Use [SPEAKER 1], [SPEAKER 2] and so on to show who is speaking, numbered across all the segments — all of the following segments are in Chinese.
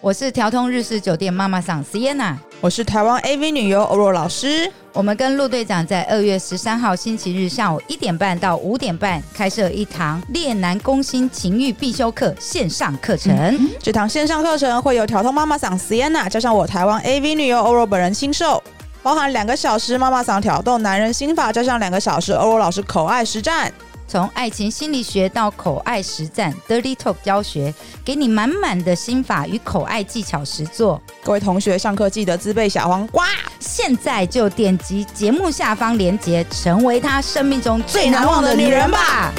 [SPEAKER 1] 我是调通日式酒店妈妈桑 Sienna。
[SPEAKER 2] 我是台湾 AV 女优欧若老师。
[SPEAKER 1] 我们跟陆队长在二月十三号星期日下午一点半到五点半开设一堂《恋男攻心情欲必修课》线上课程。
[SPEAKER 2] 这堂线上课程会由调通妈妈嗓 Sienna 加上我台湾 AV 女优欧若本人亲授，包含两个小时妈妈嗓挑逗男人心法，加上两个小时欧若老师口爱实战。
[SPEAKER 1] 从爱情心理学到口爱实战 （Dirty Talk） 教学，给你满满的心法与口爱技巧实作。
[SPEAKER 2] 各位同学，上课记得自备小黄瓜。
[SPEAKER 1] 现在就点击节目下方链接，成为他生命中最难忘的女人吧！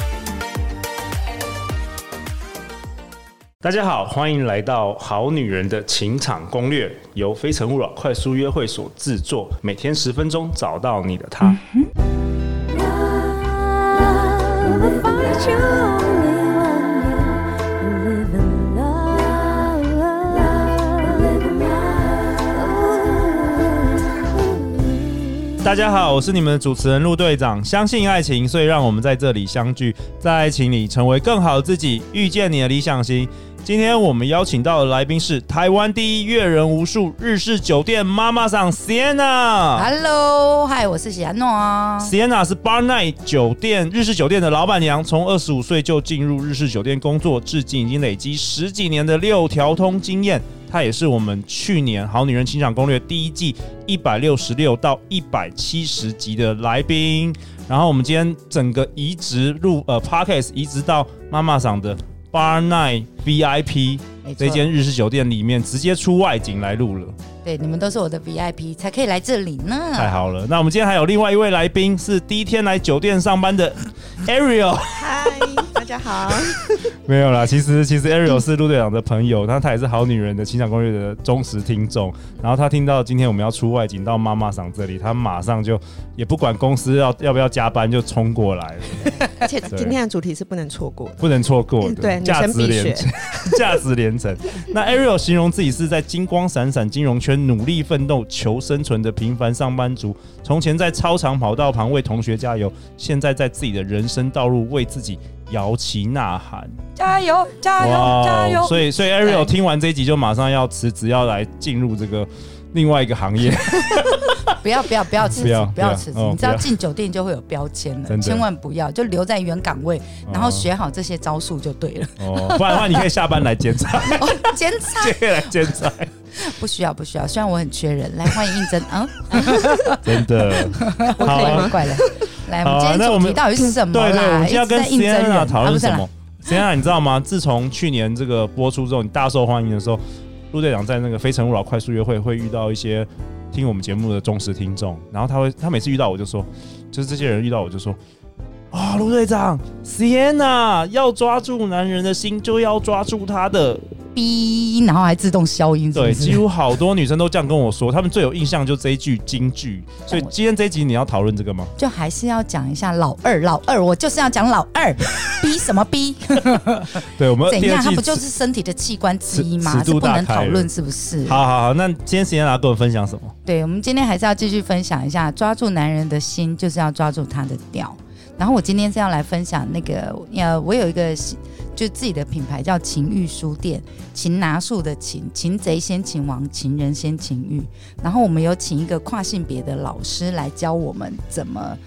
[SPEAKER 3] 大家好，欢迎来到《好女人的情场攻略》，由非诚勿扰快速约会所制作，每天十分钟，找到你的他。
[SPEAKER 4] Love, if I should only one live in love, live in love.
[SPEAKER 5] 大家好，我是你们的主持人陆队长。相信爱情，所以让我们在这里相聚，在爱情里成为更好的自己，遇见你的理想型。今天我们邀请到的来宾是台湾第一阅人无数日式酒店妈妈桑 Sienna。
[SPEAKER 1] Hello，嗨，我是喜安诺啊。
[SPEAKER 5] Sienna 啊是 Bar Night 酒店日式酒店的老板娘，从二十五岁就进入日式酒店工作，至今已经累积十几年的六条通经验。她也是我们去年《好女人情场攻略》第一季一百六十六到一百七十集的来宾。然后我们今天整个移植入呃 Podcast 移植到妈妈桑的 Bar Night VIP
[SPEAKER 1] 没错
[SPEAKER 5] 这间日式酒店里面，直接出外景来录了。
[SPEAKER 1] 对，你们都是我的 VIP，才可以来这里呢。
[SPEAKER 5] 太好了，那我们今天还有另外一位来宾，是第一天来酒店上班的 Ariel。
[SPEAKER 2] 嗨，大家好。
[SPEAKER 5] 没有啦，其实其实 Ariel 是陆队长的朋友，那他也是《好女人的情感攻略》的忠实听众。然后他听到今天我们要出外景到妈妈桑这里，他马上就也不管公司要要不要加班，就冲过来了，
[SPEAKER 6] 而且
[SPEAKER 5] 对
[SPEAKER 6] 今天的主题是不能错过的。
[SPEAKER 5] 不能错
[SPEAKER 1] 嗯
[SPEAKER 5] 过的。
[SPEAKER 6] 对女
[SPEAKER 5] 价
[SPEAKER 6] 生
[SPEAKER 5] 值
[SPEAKER 6] 必
[SPEAKER 5] 连
[SPEAKER 6] 学
[SPEAKER 5] 城， 价值连城。那 Ariel 形容自己是在金光闪闪金融圈努力奋斗求生存的平凡上班族，从前在操场跑道旁为同学加油，现在在自己的人生道路为自己摇旗呐喊。
[SPEAKER 1] 加油，加
[SPEAKER 5] 哇
[SPEAKER 1] 油，
[SPEAKER 5] 哦
[SPEAKER 1] 加油！
[SPEAKER 5] 所以，所以 Ariel 听完这一集就马上要辞职，要来进入这个另外一个行业。
[SPEAKER 1] 不要不要不要辞
[SPEAKER 5] 不
[SPEAKER 1] 职
[SPEAKER 5] 要，
[SPEAKER 1] 不要辞职
[SPEAKER 5] 不，要
[SPEAKER 1] 你知道
[SPEAKER 5] 哦不要
[SPEAKER 1] 进酒店就会有标签了，
[SPEAKER 5] 真的
[SPEAKER 1] 千万不要，就留在原岗位， 然后学好这些招数就对了。
[SPEAKER 5] 哦，不然的话，你可以下班来兼 差，
[SPEAKER 1] 哦检查
[SPEAKER 5] 可以来兼 差，
[SPEAKER 1] 不需要不需要，虽然我很缺人，来欢迎 应征啊，
[SPEAKER 5] 真的。
[SPEAKER 1] 我
[SPEAKER 5] 好
[SPEAKER 1] 可以
[SPEAKER 5] 啊
[SPEAKER 1] 吗？怪了， 来，
[SPEAKER 5] 好
[SPEAKER 1] 我们
[SPEAKER 5] 啊
[SPEAKER 1] 今
[SPEAKER 5] 那
[SPEAKER 1] 天
[SPEAKER 5] 我
[SPEAKER 1] 主题
[SPEAKER 5] 们
[SPEAKER 1] 到底是什么嗯啦？
[SPEAKER 5] 对对，我们今天要跟
[SPEAKER 1] 一直在应征
[SPEAKER 5] Sienna
[SPEAKER 1] 人
[SPEAKER 5] 讨
[SPEAKER 1] 啊
[SPEAKER 5] 论
[SPEAKER 1] 不是
[SPEAKER 5] 什
[SPEAKER 1] 啦
[SPEAKER 5] 么？Sienna，你知道吗？自从去年这个播出之后，你大受欢迎的时候，陆队长在那个《非诚勿扰》快速约会会遇到一些听我们节目的忠实听众，然后他会，他每次遇到我就说，就是这些人遇到我就说。啊、陆队长，Sienna 要抓住男人的心，就要抓住他的。
[SPEAKER 1] 哔，然后还自动消音，是不
[SPEAKER 5] 对，
[SPEAKER 1] 是
[SPEAKER 5] 几乎好多女生都这样跟我说，她们最有印象就这一句金句。所以
[SPEAKER 1] 但我
[SPEAKER 5] 今天这一集你要讨论这个吗？
[SPEAKER 1] 就还是要讲一下老二，老二，我就是要讲老二，逼什么 逼？
[SPEAKER 5] 对，我们
[SPEAKER 1] 怎
[SPEAKER 5] 第二
[SPEAKER 1] 样？
[SPEAKER 5] 季
[SPEAKER 1] 它不就是身体的器官之一吗？
[SPEAKER 5] 尺
[SPEAKER 1] 是
[SPEAKER 5] 尺
[SPEAKER 1] 不
[SPEAKER 5] 度大开
[SPEAKER 1] 能
[SPEAKER 5] 了
[SPEAKER 1] 讨论是不是？
[SPEAKER 5] 好好好，那今天时间来跟我分享什么？
[SPEAKER 1] 对，我们今天还是要继续分享一下，抓住男人的心就是要抓住他的调。然后我今天是要来分享那个，呃，我有一个喜就自己的品牌叫情欲书店，擒拿术的擒，擒贼先擒王，擒人先擒欲。然后我们有请一个跨性别的老师来教我们怎么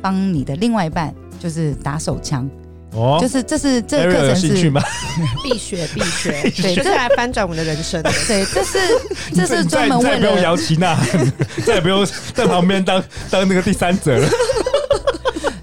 [SPEAKER 1] 帮你的另外一半，就是打手枪，
[SPEAKER 5] 哦
[SPEAKER 1] 就是这是这
[SPEAKER 5] a
[SPEAKER 1] 个
[SPEAKER 5] r
[SPEAKER 1] 课
[SPEAKER 5] 有
[SPEAKER 1] 程
[SPEAKER 5] 兴趣
[SPEAKER 1] 是，
[SPEAKER 5] 吗？
[SPEAKER 6] 必学 必学，
[SPEAKER 1] 对
[SPEAKER 6] 就是
[SPEAKER 1] 这
[SPEAKER 6] 来翻转我们的人 生的。
[SPEAKER 1] 对，这是 这是
[SPEAKER 5] 你再
[SPEAKER 1] 专门
[SPEAKER 5] 你再
[SPEAKER 1] 为
[SPEAKER 5] 也不用
[SPEAKER 1] 了
[SPEAKER 5] 摇旗呐喊， 再也不 用在旁边当当那个第三者了。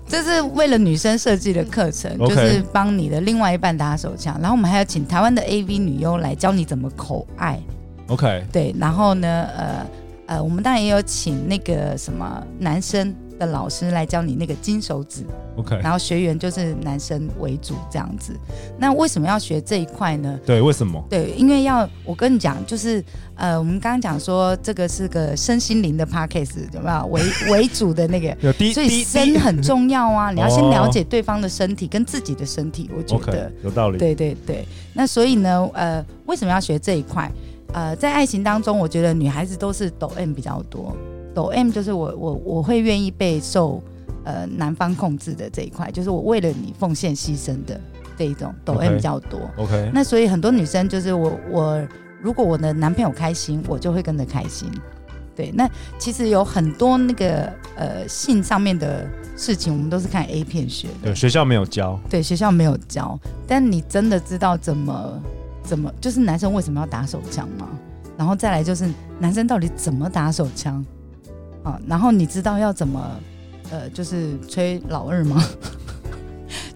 [SPEAKER 1] 这是为了女生设计的课程，就
[SPEAKER 5] OK
[SPEAKER 1] 是帮你的另外一半打手枪。然后我们还要请台湾的 AV 女优来教你怎么口爱，
[SPEAKER 5] OK，
[SPEAKER 1] 对。然后呢，呃呃，我们当然也有请那个什么男生的老师来教你那个金手指，
[SPEAKER 5] OK，
[SPEAKER 1] 然后学员就是男生为主这样子。那为什么要学这一块呢？
[SPEAKER 5] 对，为什么？
[SPEAKER 1] 对，因为要我跟你讲，就是呃，我们刚刚讲说这个是个身心灵的 p a c k a g e 有没有为 为主的那个？
[SPEAKER 5] 有第
[SPEAKER 1] 所以
[SPEAKER 5] 第第
[SPEAKER 1] 身很重要 啊，你要先
[SPEAKER 5] 哦
[SPEAKER 1] 了解对方的身体跟自己的身体，我觉
[SPEAKER 5] OK
[SPEAKER 1] 得，
[SPEAKER 5] 有道理。
[SPEAKER 1] 对对对。那所以呢，呃，为什么要学这一块？呃，在爱情当中，我觉得女孩子都是抖 M 比较多，抖 M 就是我我我会愿意被受呃男方控制的这一块，就是我为了你奉献牺牲的这一种抖 M
[SPEAKER 5] OK
[SPEAKER 1] 比较多。
[SPEAKER 5] OK，
[SPEAKER 1] 那所以很多女生就是我我。如果我的男朋友开心，我就会跟着开心。对，那其实有很多那个呃性上面的事情，我们都是看 A 片学的
[SPEAKER 5] 对，。学校没有教，
[SPEAKER 1] 对，学校没有教，但你真的知道怎么怎么，就是男生为什么要打手枪吗？然后再来就是男生到底怎么打手枪啊？然后你知道要怎么呃，就是吹老二吗？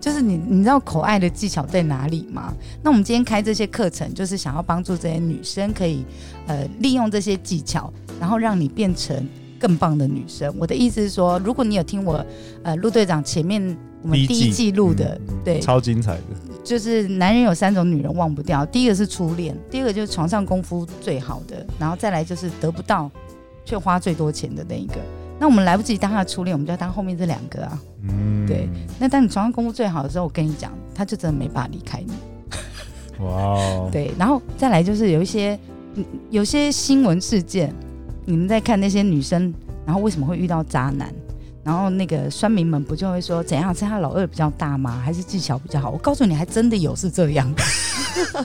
[SPEAKER 1] 就是你你知道口爱的技巧在哪里吗？那我们今天开这些课程，就是想要帮助这些女生可以呃利用这些技巧，然后让你变成。更棒的女生，我的意思是说，如果你有听我，呃，陆队长前面我们
[SPEAKER 5] 第一
[SPEAKER 1] 第一
[SPEAKER 5] 季
[SPEAKER 1] 季录的，
[SPEAKER 5] 嗯
[SPEAKER 1] 对，
[SPEAKER 5] 超精彩的。
[SPEAKER 1] 就是男人有三种女人忘不掉，第一个是初恋，第二个就是床上功夫最好的，然后再来就是得不到却花最多钱的那一个。那我们来不及当他的初恋，我们就要当后面这两个啊。
[SPEAKER 5] 嗯
[SPEAKER 1] 对，那当你床上功夫最好的时候，我跟你讲，他就真的没办法离开你。
[SPEAKER 5] 哇哦，
[SPEAKER 1] 对，然后再来就是有一些，嗯有些新闻事件，你们在看那些女生，然后为什么会遇到渣男？然后那个酸民们不就会说怎样是他老二比较大吗？还是技巧比较好？我告诉你，还真的有是这样，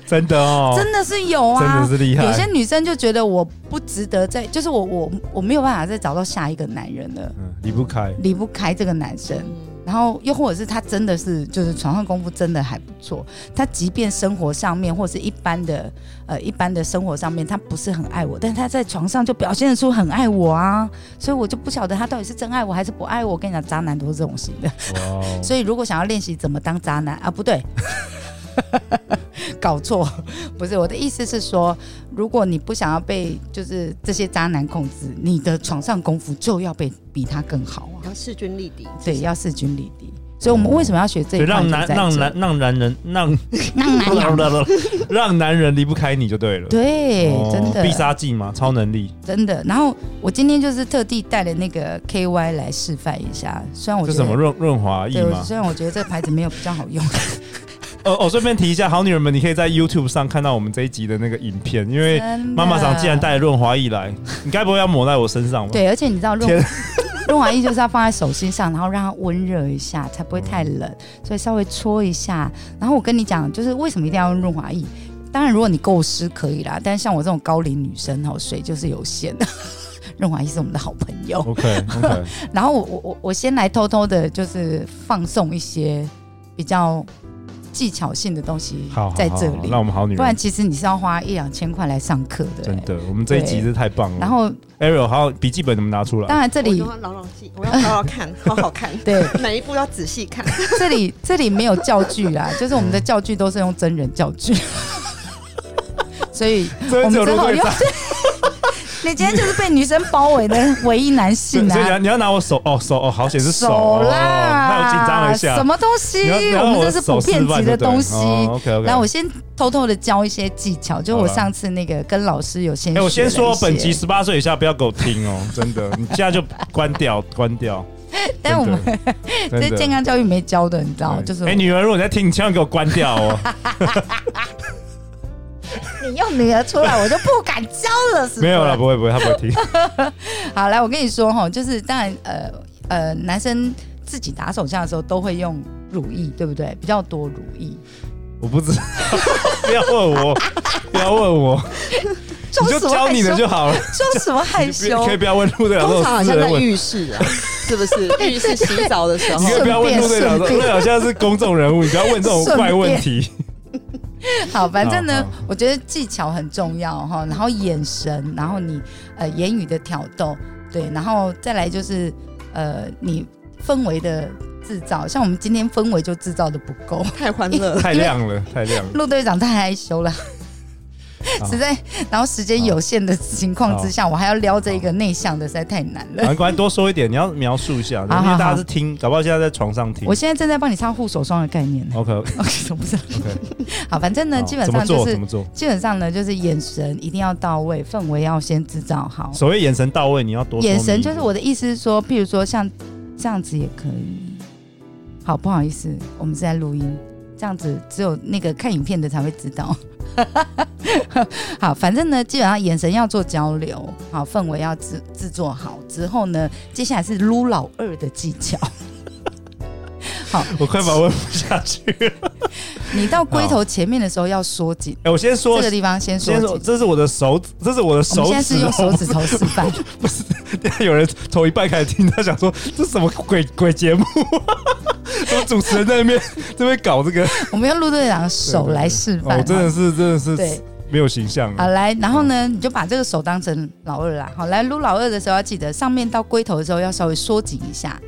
[SPEAKER 5] 真的 哦，
[SPEAKER 1] 真的是有啊，
[SPEAKER 5] 真的是厉害。
[SPEAKER 1] 有些女生就觉得我不值得再，就是我我我没有办法再找到下一个男人了，
[SPEAKER 5] 嗯离不开，
[SPEAKER 1] 离不开这个男生。然后又或者是他真的是就是床上功夫真的还不错，他即便生活上面或是一般的呃一般的生活上面他不是很爱我，但是他在床上就表现得出很爱我啊，所以我就不晓得他到底是真爱我还是不爱我。我跟你讲，渣男都是这种型的。
[SPEAKER 5] 哇哦，
[SPEAKER 1] 所以如果想要练习怎么当渣男啊，不对， 搞错，不是我的意思是说，如果你不想要被就是这些渣男控制，你的床上功夫就要被比他更好啊，
[SPEAKER 6] 然后势均力敌，
[SPEAKER 1] 对，要势均力敌。所以我们为什么要学这
[SPEAKER 5] 所以
[SPEAKER 1] 一块
[SPEAKER 5] 哦让
[SPEAKER 1] 就在
[SPEAKER 5] 男
[SPEAKER 1] 这？
[SPEAKER 5] 让男让男人让
[SPEAKER 1] 让男人
[SPEAKER 5] 让男人离不开你就对了。
[SPEAKER 1] 嗯对，
[SPEAKER 5] 哦
[SPEAKER 1] 真的
[SPEAKER 5] 必杀技嘛，超能力，
[SPEAKER 1] 真的。然后我今天就是特地带了那个 KY 来示范一下，虽然我
[SPEAKER 5] 这
[SPEAKER 1] 觉
[SPEAKER 5] 什么
[SPEAKER 1] 得。
[SPEAKER 5] 润润滑液
[SPEAKER 1] 哦对，我
[SPEAKER 5] 嘛？
[SPEAKER 1] 虽然我觉得这个牌子没有比较好 用，
[SPEAKER 5] 哦哦，顺便提一下，好女人们，你可以在 YouTube 上看到我们这一集的那个影片，因为妈
[SPEAKER 1] 妈
[SPEAKER 5] 妈桑既然带了润滑液来，你该不会要抹在我身上吧？，
[SPEAKER 1] 对，而且你知道润
[SPEAKER 5] 天
[SPEAKER 1] 润滑液就是要放在手心上，然后让它温热一下，才不会太冷，
[SPEAKER 5] 嗯
[SPEAKER 1] 所以稍微搓一下。然后我跟你讲，就是为什么一定要用润滑液？当然，如果你够湿可以啦，但是像我这种高龄女生哦，水就是有限 的。润滑液是我们的好朋友。
[SPEAKER 5] OK OK，
[SPEAKER 1] 然后我我我我先来偷偷的，就是放送一些比较技巧性的东西
[SPEAKER 5] 好，好
[SPEAKER 1] 在这
[SPEAKER 5] 好好
[SPEAKER 1] 里，
[SPEAKER 5] 让我们好女
[SPEAKER 1] 不然
[SPEAKER 5] 人
[SPEAKER 1] 其实你是要花一两千块来上课的、
[SPEAKER 5] 真的，我们这一集
[SPEAKER 1] 对
[SPEAKER 5] 真的太棒了。
[SPEAKER 1] 然后
[SPEAKER 5] Ariel，好，笔记本能不能拿出
[SPEAKER 1] 当
[SPEAKER 5] 来？
[SPEAKER 1] 然这里
[SPEAKER 6] 我要牢牢记，我要好好看，好好看，
[SPEAKER 1] 对
[SPEAKER 6] 每一步要仔细 看。
[SPEAKER 1] 这里这里没有教具 啦，就是我们的教具都是用真人教具， 所以
[SPEAKER 5] 这
[SPEAKER 1] 我们
[SPEAKER 5] 只有
[SPEAKER 1] 只
[SPEAKER 5] 陆
[SPEAKER 1] 好
[SPEAKER 5] 队
[SPEAKER 1] 用
[SPEAKER 5] 长，。
[SPEAKER 1] 你今天就是被女生包围的唯一男
[SPEAKER 5] 所
[SPEAKER 1] 性
[SPEAKER 5] 以所以你要
[SPEAKER 1] 啊！
[SPEAKER 5] 你要拿我手哦手哦，好险是手哦
[SPEAKER 1] 啦，
[SPEAKER 5] 那我紧张了一下
[SPEAKER 1] 什。么东西
[SPEAKER 5] 你要你？要
[SPEAKER 1] 我
[SPEAKER 5] 让
[SPEAKER 1] 们
[SPEAKER 5] 我
[SPEAKER 1] 这是普
[SPEAKER 5] 手
[SPEAKER 1] 遍
[SPEAKER 5] 示范
[SPEAKER 1] 级
[SPEAKER 5] 就
[SPEAKER 1] 的
[SPEAKER 5] 对
[SPEAKER 1] 东西。
[SPEAKER 5] OK OK，
[SPEAKER 1] 来，我先偷偷的教一些技巧，就我
[SPEAKER 5] 好啦
[SPEAKER 1] 上次那个跟老师有先学
[SPEAKER 5] 哎、
[SPEAKER 1] 了一些。
[SPEAKER 5] 我先说，本集十八岁以下不要给我听哦， 真的，你现在就关掉，关掉。
[SPEAKER 1] 但我们
[SPEAKER 5] 真 的
[SPEAKER 1] 这健康教育没教的，你知道，
[SPEAKER 5] 对
[SPEAKER 1] 就是
[SPEAKER 5] 哎、女儿，如果你在听，你千万给我关掉哦。
[SPEAKER 1] 你用女儿出来，我就不敢教了，是不是
[SPEAKER 5] 没有了，不会不会，她不 会听。
[SPEAKER 1] 好，来，我跟你说哈，就是当然，呃呃，男生自己打手枪的时候都会用乳液，对不对？比较多乳液，
[SPEAKER 5] 我不知道， 不要问我，不要问我，
[SPEAKER 1] 装
[SPEAKER 5] 你就
[SPEAKER 1] 什么
[SPEAKER 5] 教
[SPEAKER 1] 害
[SPEAKER 5] 你
[SPEAKER 1] 羞
[SPEAKER 5] 的？就好了。
[SPEAKER 1] 装什么害
[SPEAKER 5] 你 不
[SPEAKER 1] 羞
[SPEAKER 5] 要可？以不要问陆队长这
[SPEAKER 6] 通常
[SPEAKER 5] 种
[SPEAKER 6] 好
[SPEAKER 5] 私
[SPEAKER 6] 像
[SPEAKER 5] 人
[SPEAKER 6] 在
[SPEAKER 5] 问题。
[SPEAKER 6] 浴室啊，是不 是？浴室洗澡的时候
[SPEAKER 5] 你可以不要问陆队长
[SPEAKER 1] 顺
[SPEAKER 5] 说，
[SPEAKER 1] 便
[SPEAKER 5] 陆队长现在是公众人物，你不要问这种
[SPEAKER 1] 顺
[SPEAKER 5] 怪
[SPEAKER 1] 便
[SPEAKER 5] 问题。
[SPEAKER 1] 好，反正呢
[SPEAKER 5] 好好，
[SPEAKER 1] 我觉得技巧很重要哈，然后眼神，然后你呃言语的挑逗，对，然后再来就是呃你氛围的制造，像我们今天氛围就制造的不够。
[SPEAKER 6] 太欢乐了，
[SPEAKER 5] 太亮了，太亮了。
[SPEAKER 1] 陆队长太害羞了
[SPEAKER 5] 好。
[SPEAKER 1] 实在，然后时间
[SPEAKER 5] 啊
[SPEAKER 1] 有限的情况之下，我还要撩这一个内向的，实在太难了。
[SPEAKER 5] 反正多说一点，你要描述一下，因
[SPEAKER 1] 好好
[SPEAKER 5] 为大家是听，搞不好现在在床上听
[SPEAKER 1] 我。现在正在帮你唱护手霜的概念呢。
[SPEAKER 5] OK OK，
[SPEAKER 1] OK，我不 知道。 好，反正呢，基本
[SPEAKER 5] 哦怎么
[SPEAKER 1] 上
[SPEAKER 5] 做
[SPEAKER 1] 就
[SPEAKER 5] 怎
[SPEAKER 1] 是
[SPEAKER 5] 么做？
[SPEAKER 1] 基本上呢，就是眼神一定要到位，氛围要先制造好。
[SPEAKER 5] 所谓眼神到位，你要多说
[SPEAKER 1] 眼神
[SPEAKER 5] 明
[SPEAKER 1] 就是我的意思是说，譬如说像这样子也可以。好，不好意思，我们是在录音，这样子只有那个看影片的才会知道。 好，反正呢，基本上眼神要做交流，好，氛围要制制作好之后呢，接下来是撸老二的技巧。
[SPEAKER 5] 我快把问不下去了。
[SPEAKER 1] 你到龟头前面的时候要缩紧，
[SPEAKER 5] 哎，我先说
[SPEAKER 1] 这个，地方先缩
[SPEAKER 5] 先说，
[SPEAKER 1] 紧。
[SPEAKER 5] 这是我的手指，这是我的
[SPEAKER 1] 我们
[SPEAKER 5] 手
[SPEAKER 1] 现在是
[SPEAKER 5] 指
[SPEAKER 1] 用
[SPEAKER 5] 哦，
[SPEAKER 1] 手指头示 范，
[SPEAKER 5] 有人从一半开始听，他想说这什么鬼鬼节目， 然后主持人在那边这边搞这个，
[SPEAKER 1] 我们用陆队长的手来示
[SPEAKER 5] 哦
[SPEAKER 1] 范。，啊
[SPEAKER 5] 真的是真的是
[SPEAKER 1] 对
[SPEAKER 5] 没有形象
[SPEAKER 1] 好
[SPEAKER 5] 啊，
[SPEAKER 1] 来，然后呢，你就把这个手当成老二啦。好，来撸老二的时候要记得，上面到龟头的时候要稍微缩紧一下，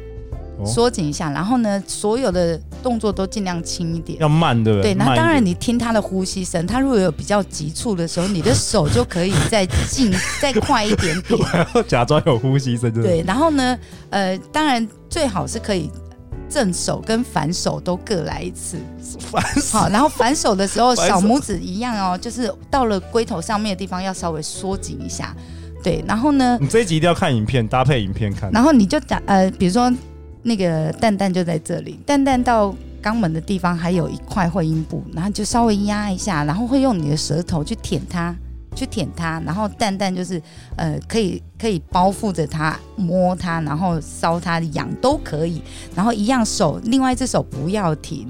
[SPEAKER 5] 哦
[SPEAKER 1] 缩紧一下。然后呢，所有的动作都尽量轻一点。
[SPEAKER 5] 要慢对不
[SPEAKER 1] 对，那
[SPEAKER 5] 慢一
[SPEAKER 1] 当然
[SPEAKER 5] 点
[SPEAKER 1] 你听他的呼吸声，他如果有比较急促的时候，你的手就可以再进 再快一点 点。
[SPEAKER 5] 要假装有呼吸声，真的
[SPEAKER 1] 对，然后呢，呃，当然最好是可以正手跟反手都各来一次。
[SPEAKER 5] 烦死。
[SPEAKER 1] 好，然后反手的时候，
[SPEAKER 5] 反手
[SPEAKER 1] 小拇指一样哦，就是到了龟头上面的地方要稍微缩紧一下。对，然后呢，
[SPEAKER 5] 你这一集一定要看影片，搭配影片看。
[SPEAKER 1] 然后你就打呃，比如说那个蛋蛋就在这里，蛋蛋到肛门的地方还有一块会阴部，然后你就稍微压一下，然后会用你的舌头去舔它，去舔它，然后蛋蛋就是呃可以可以包覆着它，摸它，然后搔它、痒都可以，然后一样手，另外一只手不要停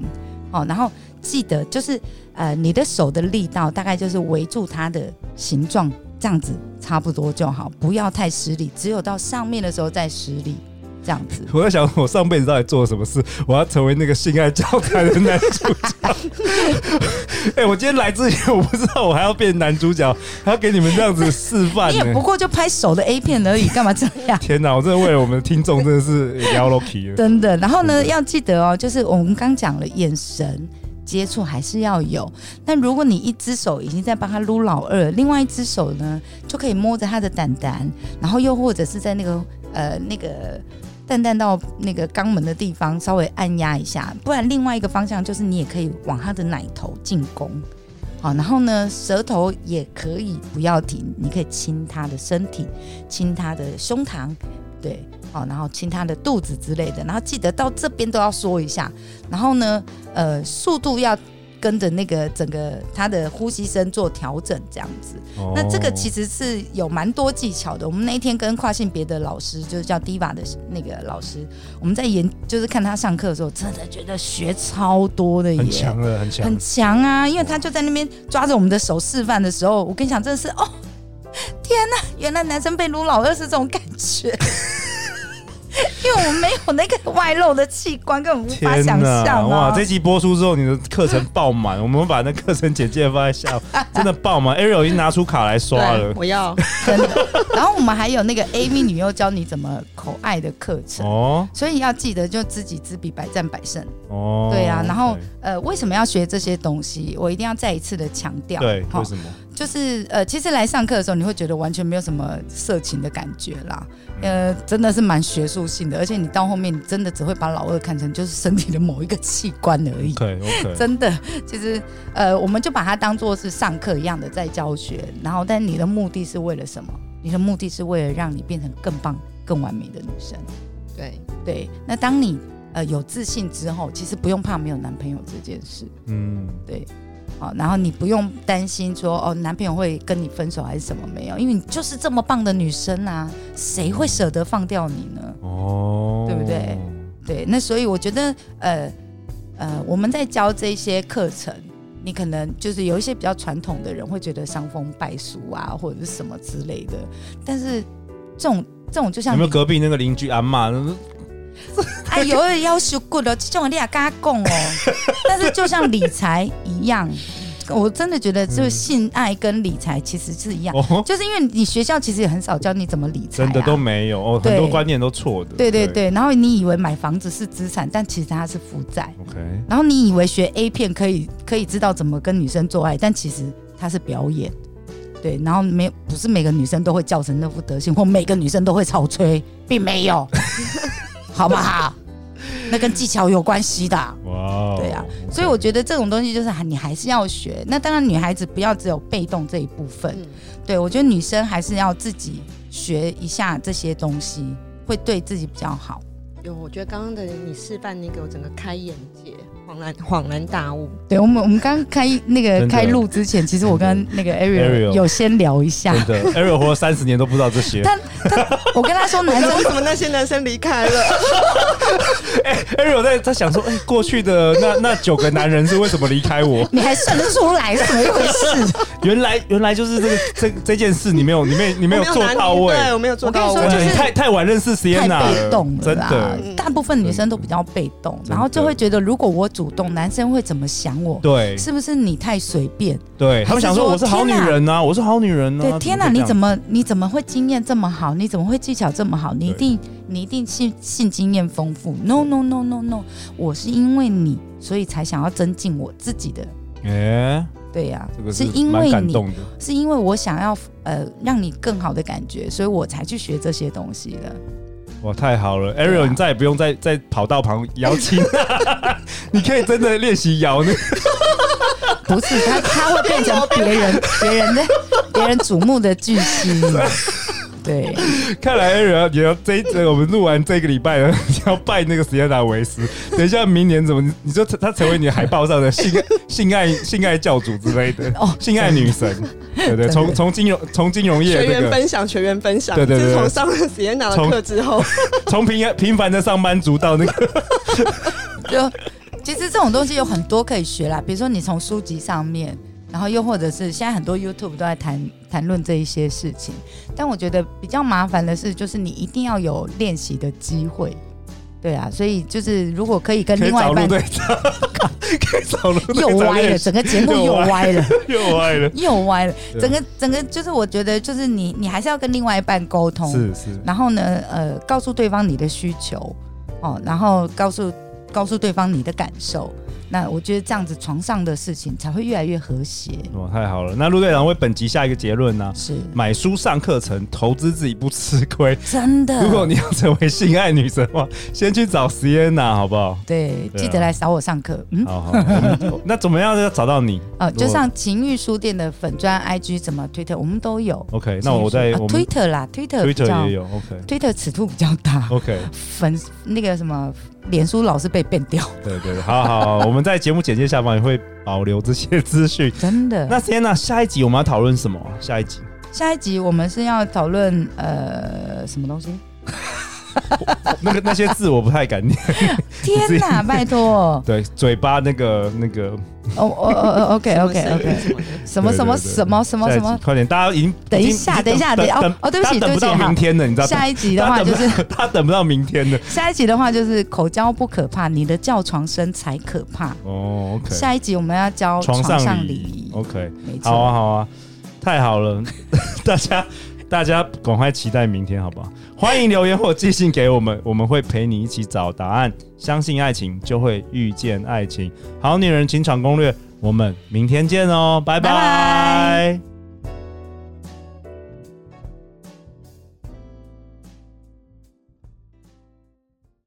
[SPEAKER 1] 哦，然后记得就是呃你的手的力道大概就是围住它的形状这样子差不多就好，不要太失礼，只有到上面的时候再失礼，这样子。
[SPEAKER 5] 我在想，我上辈子到底做了什么事？我要成为那个性爱教材的男主角。 哎、我今天来之前，我不知道我还要变男主角，还要给你们这样子示范
[SPEAKER 1] 你
[SPEAKER 5] 呢、？
[SPEAKER 1] 也不过就拍手的 A 片而已，干嘛这样
[SPEAKER 5] 天哪！我真的为了我们的听众，真的是聊 Loki 了。
[SPEAKER 1] 真的。然后呢，
[SPEAKER 5] 真的
[SPEAKER 1] 要记得哦，就是我们刚讲了，眼神接触还是要有。那如果你一只手已经在帮他撸老二，另外一只手呢，就可以摸着他的蛋蛋，然后又或者是在那个呃那个。蛋蛋到那个肛门的地方稍微按压一下，不然另外一个方向就是你也可以往他的奶头进攻，好，然后呢，舌头也可以不要停，你可以亲他的身体，亲他的胸膛，对，好，哦然后亲他的肚子之类的，然后记得到这边都要说一下，然后呢，呃，速度要跟着那个整个他的呼吸声做调整，这样子。
[SPEAKER 5] 哦
[SPEAKER 1] 那这个其
[SPEAKER 5] 实
[SPEAKER 1] 实是有蛮多技巧的。我们那一天跟跨性别的老师，就是叫 Diva 的那个老师，我们在研，就是看他上课的时候，真的觉得学超多的耶，
[SPEAKER 5] 很强了，很强
[SPEAKER 1] 很。强啊，因为他就在那边抓着我们的手示范的时候，我跟你讲，真的是哦，天哪，原来男生被撸老二是这种感觉， 因为我没有那个外露的器官，根本无法
[SPEAKER 5] 天
[SPEAKER 1] 想象、啊、
[SPEAKER 5] 哇！这集播出之后，你的课程爆满，我们把那课程简介放在下，真的爆满。Ariel 已经拿出卡来刷
[SPEAKER 6] 对
[SPEAKER 5] 了，。
[SPEAKER 6] 我要
[SPEAKER 1] 真的。然后我们还有那个 AV 女优教你怎么口爱的课程。
[SPEAKER 5] 哦
[SPEAKER 1] 所以要记得，就知己知彼，百战百胜。
[SPEAKER 5] 哦，
[SPEAKER 1] 对啊，然后
[SPEAKER 5] OK
[SPEAKER 1] 呃，为什么要学这些东西？我一定要再一次的强调。
[SPEAKER 5] 对，
[SPEAKER 1] 好
[SPEAKER 5] 为什么？
[SPEAKER 1] 就是呃，其实来上课的时候，你会觉得完全没有什么色情的感觉啦，呃，真的是蛮学术性的，而且你到后面，你真的只会把老二看成就是身体的某一个器官而已。
[SPEAKER 5] OK OK，
[SPEAKER 1] 真的，其实呃，我们就把它当做是上课一样的在教学，然后，但你的目的是为了什么？你的目的是为了让你变成更棒、更完美的女生。
[SPEAKER 6] 对，
[SPEAKER 1] 对，那当你呃有自信之后，其实不用怕没有男朋友这件事。
[SPEAKER 5] 嗯，
[SPEAKER 1] 好，哦然后你不用担心说哦，男朋友会跟你分手还是什么没有，因为你就是这么棒的女生啊，谁会舍得放掉你呢？
[SPEAKER 5] 哦，
[SPEAKER 1] 对不对？对，那所以我觉得，呃呃，我们在教这些课程，你可能就是有一些比较传统的人会觉得伤风败俗啊，或者是什么之类的，但是这种这种就像
[SPEAKER 5] 有没有
[SPEAKER 1] 你
[SPEAKER 5] 隔壁那个邻居阿妈？
[SPEAKER 1] 哎呦，要求过了，这种你也跟他讲哦。但是就像理财一样，我真的觉得就是性爱跟理财其实是一样，
[SPEAKER 5] 嗯哦，
[SPEAKER 1] 就是因为你学校其实也很少教你怎么理财、啊，
[SPEAKER 5] 真的都没有哦，
[SPEAKER 1] 对
[SPEAKER 5] 很多观念都错的。
[SPEAKER 1] 对对对。然后你以为买房子是资产，但其实它是负债。
[SPEAKER 5] ，OK，
[SPEAKER 1] 然后你以为学 A 片可以可以知道怎么跟女生做爱，但其实它是表演。对，然后没不是每个女生都会叫成那副德行，或每个女生都会草吹，并没 有，好不好？那跟技巧有关系的。
[SPEAKER 5] 哇哦，
[SPEAKER 1] 对啊所以我觉得这种东西就是还你还是要学。那当然，女孩子不要只有被动这一部分。
[SPEAKER 6] 嗯
[SPEAKER 1] 对我觉得女生还是要自己学一下这些东西，会对自己比较好。
[SPEAKER 6] 有，我觉得刚刚的你示范那个，我整个开眼界，恍然恍然大悟。
[SPEAKER 1] 对我们，我们刚开那个
[SPEAKER 5] 真的
[SPEAKER 1] 开录之前，其实我跟那个
[SPEAKER 5] Ariel
[SPEAKER 1] Ariel 有先聊一下。
[SPEAKER 5] 真的，Ariel 活了三十年都不知道这些。
[SPEAKER 1] 他他，我跟他说男生
[SPEAKER 6] 哎为什么那些男生离开了？
[SPEAKER 5] Ariel 在在想说，哎、过去的那那九个男人是为什么离开 我？
[SPEAKER 1] 你还算得出来是怎么一回事？
[SPEAKER 5] 原来原来就是这个这这件事，你没有你没你没有
[SPEAKER 6] 我
[SPEAKER 5] 做到位。
[SPEAKER 6] 对我没有做到
[SPEAKER 1] 我跟
[SPEAKER 5] 哇
[SPEAKER 1] 你
[SPEAKER 6] 位
[SPEAKER 1] 说。就是
[SPEAKER 5] 你太太晚认识 Sienna
[SPEAKER 1] 太被
[SPEAKER 5] 了，
[SPEAKER 1] 动了啊
[SPEAKER 5] 真
[SPEAKER 1] 啦
[SPEAKER 5] 的。
[SPEAKER 1] 大部分女生都比较被动，
[SPEAKER 5] 的
[SPEAKER 1] 然后就会觉得如果我主动，男生会怎么想我？
[SPEAKER 5] 对
[SPEAKER 1] 是不是你太随便？
[SPEAKER 5] 对，他们想说我是好女人呐、我是好女人呐、啊
[SPEAKER 1] 对，天哪，你怎
[SPEAKER 5] 么
[SPEAKER 1] 么你怎么会经验这么好？你怎么会技巧这么好？你一定你一定性性经验丰富。No no no no no，我是因为你，所以才想要增进我自己的。
[SPEAKER 5] 这样？哎、
[SPEAKER 1] 对呀、
[SPEAKER 5] 这个
[SPEAKER 1] 是
[SPEAKER 5] 是
[SPEAKER 1] 因
[SPEAKER 5] 蛮
[SPEAKER 1] 为
[SPEAKER 5] 感
[SPEAKER 1] 你
[SPEAKER 5] 动的。
[SPEAKER 1] 是因为我想要呃让你更好的感觉，所以我才去学这些东西的。
[SPEAKER 5] 哇，太好了
[SPEAKER 1] 对
[SPEAKER 5] ，Ariel，、
[SPEAKER 1] 啊
[SPEAKER 5] 你再也不用再再跑道旁摇琴， 你可以真的练习摇那个。
[SPEAKER 1] 不是他，他会变成别 人别人的别人瞩目的巨星。对，
[SPEAKER 5] 看来 Ariel 也要这一这我们录完这个礼拜了，你 要拜那个 Sienna 为师。等一下明年怎么，你说他成为你海报上的性 爱性爱性爱教主之类的，
[SPEAKER 1] 哦
[SPEAKER 5] 性爱女神，对对，
[SPEAKER 1] 的
[SPEAKER 5] 从从金融从金融业
[SPEAKER 6] 学
[SPEAKER 5] 这
[SPEAKER 6] 员
[SPEAKER 5] 个
[SPEAKER 6] 分享，学员分享。
[SPEAKER 5] 对对对
[SPEAKER 6] 自从上了实验拿
[SPEAKER 5] 从
[SPEAKER 6] 了课之后，
[SPEAKER 5] 从平平凡的上班族到那个
[SPEAKER 1] 就其实这种东西有很多可以学啦，比如说你从书籍上面，然后又或者是现在很多 YouTube 都在谈谈论这一些事情。但我觉得比较麻烦的是，就是你一定要有练习的机会。对啊，所以就是如果可以跟
[SPEAKER 5] 可以
[SPEAKER 1] 另外
[SPEAKER 5] 找
[SPEAKER 1] 一
[SPEAKER 5] 路
[SPEAKER 1] 半
[SPEAKER 5] 队长， 可以找路队
[SPEAKER 1] 又
[SPEAKER 5] 长
[SPEAKER 1] 歪了，
[SPEAKER 5] 练习
[SPEAKER 1] 整个节目又
[SPEAKER 5] 又歪
[SPEAKER 1] 歪了。
[SPEAKER 5] 又歪了，
[SPEAKER 1] 又歪了，
[SPEAKER 5] 对啊
[SPEAKER 1] 整个整个就是我觉得就是你你还是要跟另外一半沟通，
[SPEAKER 5] 是是，
[SPEAKER 1] 然后呢呃告诉对方你的需求哦，然后告诉告诉对方你的感受，那我觉得这样子床上的事情才会越来越和谐。
[SPEAKER 5] 哇，哦太好了。那陆队长为本集下一个结论呢、
[SPEAKER 1] 是
[SPEAKER 5] 买书上课程，投资自己不吃亏。
[SPEAKER 1] 真的，
[SPEAKER 5] 如果你要成为性爱女神的话， 先去找 Sienna 好不好？
[SPEAKER 1] 对
[SPEAKER 5] 对啊
[SPEAKER 1] 记得来找我上课，嗯
[SPEAKER 5] 好好，我 们那怎么样要找到你
[SPEAKER 1] 哦，就
[SPEAKER 5] 我
[SPEAKER 1] 上情欲书店的粉砖、IG 怎么 Twitter 我们都有。
[SPEAKER 5] ？OK，那哦我在
[SPEAKER 1] 啊
[SPEAKER 5] 我们
[SPEAKER 1] Twitter 啦，Twitter 比
[SPEAKER 5] Twitter
[SPEAKER 1] 较
[SPEAKER 5] 也有哦 OK。
[SPEAKER 1] Twitter 尺度比较大，
[SPEAKER 5] OK，
[SPEAKER 1] 粉那个什么脸书老是被变掉，
[SPEAKER 5] 对对，对好好，好我们在节目简介下方也会保留这些资讯。
[SPEAKER 1] 真的。
[SPEAKER 5] 那 Sienna，下一集我们要讨论什么啊？下一集
[SPEAKER 1] 下一集我们是要讨论呃什么东西？
[SPEAKER 5] 那个那些字我不太敢念，
[SPEAKER 1] 天 哪，拜托！
[SPEAKER 5] 对，嘴巴那个那个
[SPEAKER 1] 哦哦哦哦，OK
[SPEAKER 6] 什么
[SPEAKER 1] OK
[SPEAKER 6] 声音
[SPEAKER 1] OK，
[SPEAKER 6] 什么的
[SPEAKER 1] 什么什么
[SPEAKER 5] 对对对
[SPEAKER 1] 什么什么
[SPEAKER 5] 下一
[SPEAKER 1] 什
[SPEAKER 5] 集
[SPEAKER 1] 么？
[SPEAKER 5] 快点，大家已经
[SPEAKER 1] 等一
[SPEAKER 5] 已经
[SPEAKER 1] 下
[SPEAKER 5] 已经
[SPEAKER 1] 等一下等
[SPEAKER 5] 等
[SPEAKER 1] 一下
[SPEAKER 5] 等
[SPEAKER 1] 哦哦对不起
[SPEAKER 5] 大家等
[SPEAKER 1] 对
[SPEAKER 5] 不
[SPEAKER 1] 不起
[SPEAKER 5] 到
[SPEAKER 1] 哈
[SPEAKER 5] 明天了，你知道
[SPEAKER 1] 下一集的
[SPEAKER 5] 大
[SPEAKER 1] 话
[SPEAKER 5] 家
[SPEAKER 1] 就
[SPEAKER 5] 等不
[SPEAKER 1] 是
[SPEAKER 5] 到他等不到明天的
[SPEAKER 1] 下一集的话就是口交不可怕，你的叫床声才可怕。
[SPEAKER 5] 哦。OK，
[SPEAKER 1] 下一集我们要教
[SPEAKER 5] 床
[SPEAKER 1] 哦上
[SPEAKER 5] 上
[SPEAKER 1] 礼
[SPEAKER 5] 礼
[SPEAKER 1] 仪，
[SPEAKER 5] OK，
[SPEAKER 1] 没
[SPEAKER 5] 好啊，
[SPEAKER 1] 错。
[SPEAKER 5] 好啊，太好了， 大家大家赶快期待明天，好不好？欢迎留言或寄信给我们，我们会陪你一起找答案。相信爱情，就会遇见爱情。好女人情场攻略，我们明天见哦，拜
[SPEAKER 1] 拜
[SPEAKER 5] 拜
[SPEAKER 1] 拜